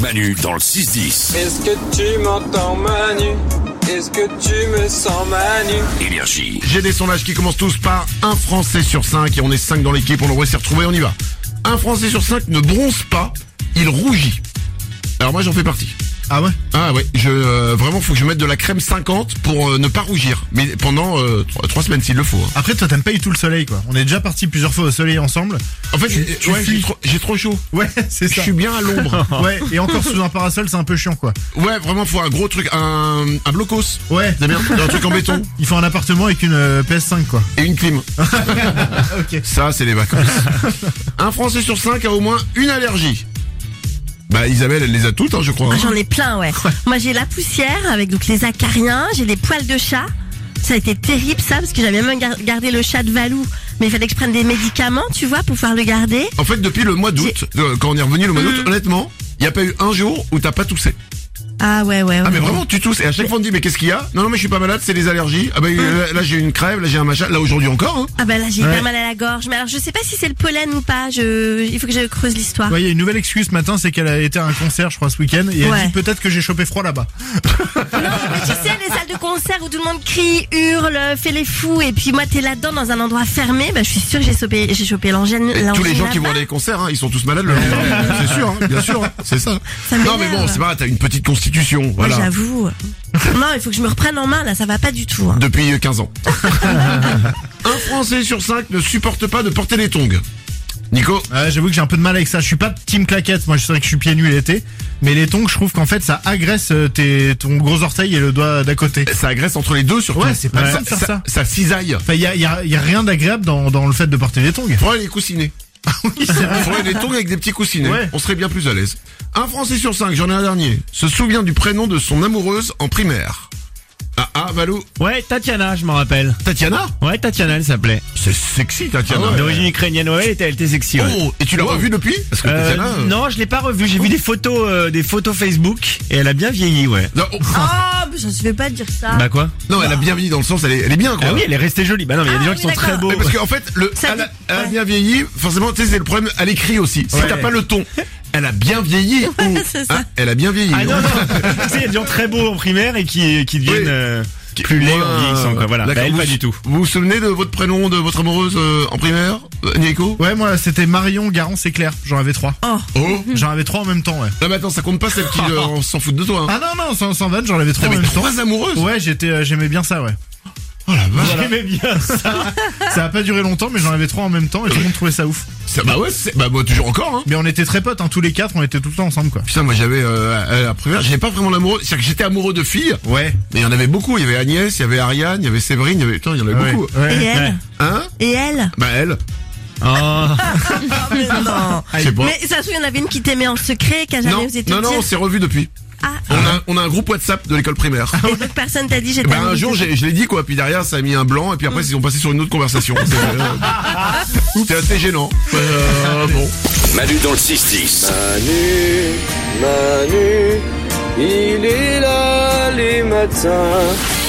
Manu dans le 6-10. Est-ce que tu m'entends Manu Est-ce que tu me sens Manu Énergie. J'ai des sondages qui commencent tous par un Français sur cinq et on est cinq dans l'équipe, on devrait s'y retrouver, on y va. Un Français sur cinq ne bronze pas, il rougit. Alors moi j'en fais partie. Ah ouais Ah ouais, je euh, vraiment faut que je mette de la crème 50 pour euh, ne pas rougir, mais pendant euh, tro- trois semaines s'il le faut. hein. Après toi t'aimes pas du tout le soleil quoi. On est déjà parti plusieurs fois au soleil ensemble. En fait, euh, Tu- tu ouais, j'ai fuis. trop, j'ai trop chaud. Ouais c'est Je ça. suis bien à l'ombre. Ouais et encore sous un parasol c'est un peu chiant quoi. ouais, vraiment faut un gros truc, un, un blocos, Ouais. c'est bien, un truc en béton Il faut un appartement avec une euh, PS5 quoi. et une clim. ok. Ça, c'est les vacances. un Français sur cinq a au moins une allergie. Bah Isabelle, elle les a toutes, hein, je crois. Ah, hein. J'en ai plein, ouais. Moi, j'ai la poussière avec donc les acariens, j'ai des poils de chat. Ça a été terrible, ça, parce que j'avais même gar- gardé le chat de Valou. Mais il fallait que je prenne des médicaments, tu vois, pour pouvoir le garder. En fait, depuis le mois d'août, euh, quand on est revenu le mois Mm. d'août, honnêtement, il n'y a pas eu un jour où t'as pas toussé. Ah ouais, ouais, ouais. Ah mais vraiment, tu tousses. Et à chaque fois, on te dit, mais qu'est-ce qu'il y a Non, non, mais je suis pas malade, c'est les allergies. Ah bah Mm. là, là, j'ai une crève, là j'ai un machin. Là aujourd'hui encore. Hein. Ah bah là, j'ai Ouais. hyper mal à la gorge. Mais alors, je sais pas si c'est le pollen ou pas. Je... Il faut que je creuse Ah. l'histoire. Ouais, il y a une nouvelle excuse ce matin, c'est qu'elle a été à un concert, je crois, ce week-end, et elle Ouais. dit peut-être que j'ai chopé froid là-bas. Non, mais tu sais, les salles de concert où tout le monde crie, hurle, fait les fous, et puis moi, t'es là-dedans, dans un endroit fermé, bah, je suis sûre que j'ai chopé, j'ai chopé l'angène. Et tous les gens qui vont là-bas. aller les concerts, hein, ils sont tous malades le lendemain. c'est sûr, hein, bien sûr, hein, c'est ça. Ça non mais m'énerve. bon, c'est pas, grave, t'as une petite constitution, Ouais, voilà. Ah, j'avoue. non, il faut que je me reprenne en main, là, ça va pas du tout. hein. depuis euh, 15 ans. un Français sur cinq ne supporte pas de porter les tongs. Nico, Ouais, J'avoue que j'ai un peu de mal avec ça. Je suis pas team claquette, moi je sais que je suis pieds nus l'été, mais les tongs, je trouve qu'en fait ça agresse euh, tes, ton gros orteil et le doigt d'à côté. ça agresse entre les deux surtout. Ouais, c'est pas bien ça, de faire ça, ça. ça cisaille. Enfin, il y a, y a- y a rien d'agréable dans, dans le fait de porter des tongs. Faudrait les coussinets. Ah Faudrait les tongs avec des petits coussinets. Ouais. On serait bien plus à l'aise. Un Français sur cinq, j'en ai un dernier, se souvient du prénom de son amoureuse en primaire. Ah ah, Valou. Ouais, Tatiana, je m'en rappelle. Tatiana Ouais, Tatiana, elle s'appelait. C'est sexy, Ah Tatiana. D'origine ukrainienne, Ah ouais, elle était, elle était sexy. ouais. Oh, et tu l'as revue depuis Parce que Euh, Tatiana. euh, non, je l'ai pas revue. J'ai vu des photos, euh, des photos Facebook, et elle a bien vieilli, ouais. Non, oh, Ah, mais ça se fait pas de dire ça. Bah quoi non, elle a bien vieilli dans le sens, elle est, elle est bien quoi. Ah oui, elle est restée jolie. Bah non, mais il y a des Ah gens oui, qui sont d'accord. très beaux. Mais parce qu'en fait, le, Ça elle, a, dit- elle a ouais. bien vieilli, forcément, tu sais, c'est le problème à l'écrit aussi. Si Ouais. t'as pas le ton, elle a bien vieilli ou, c'est ça. Ah, elle a bien vieilli. Ah non, non. tu sais, il y a des gens très beaux en primaire et qui, qui deviennent Oui. euh, plus laids en Moi, vieillissant, quoi. Voilà. d'accord, Bah, elle, vous- pas du tout. Vous vous souvenez de votre prénom, de votre amoureuse euh, en primaire, euh, Nico Ouais, moi c'était Marion, Garance et Claire. J'en avais trois. Oh Hum. J'en avais trois en même temps, ouais. Non mais attends, ça compte pas celle qui euh, on s'en fout de toi. Hein. Ah non, non, sans, sans vanne, j'en avais trois en T'avais même temps. Ah, trois amoureuses Ouais, j'étais, euh, j'aimais bien ça, ouais. Oh la vache J'aimais bien ça. Ça a pas duré longtemps, mais j'en avais trois en même temps et tout le monde trouvait ça ouf. Ça- Bah ouais, c'est- bah moi toujours encore hein Mais on était très potes, hein, tous les quatre, on était tout le temps ensemble, quoi. Putain, moi j'avais euh, à la primaire, j'avais pas vraiment l'amoureux, c'est-à-dire que j'étais amoureux de filles, Ouais. mais il y en avait beaucoup, il y avait Agnès, il y avait Ariane, il y avait Séverine, il y avait putain, il y en avait Ouais. beaucoup. ouais. Et elle Hein Et elle Bah elle, Ah, mais non. je sais pas. Mais ça se trouve, il y en avait une qui t'aimait en secret, qui a jamais Non, osé te non, le dire. non, on s'est revus depuis. ah, On a, on a un groupe WhatsApp de l'école primaire. et donc personne t'a dit j'étais Ben, un amoureuse jour, de- j'ai- je l'ai dit, quoi. Puis derrière, ça a mis un blanc. Et puis après, ils ont passé sur une autre conversation. C'est, euh, C'était assez gênant. Euh, bon. Manu dans le 6-10. Manu, Manu, il est là les matins.